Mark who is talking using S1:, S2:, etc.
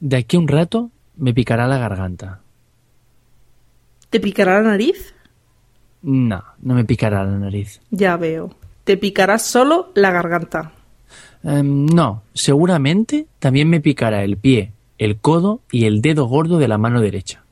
S1: De aquí a un rato me picará la garganta.
S2: ¿Te picará la nariz?
S1: No, no me picará la nariz.
S2: Ya veo. Te picará solo la garganta.
S1: Em, no, seguramente también me picará el pie, el codo y el dedo gordo de la mano derecha.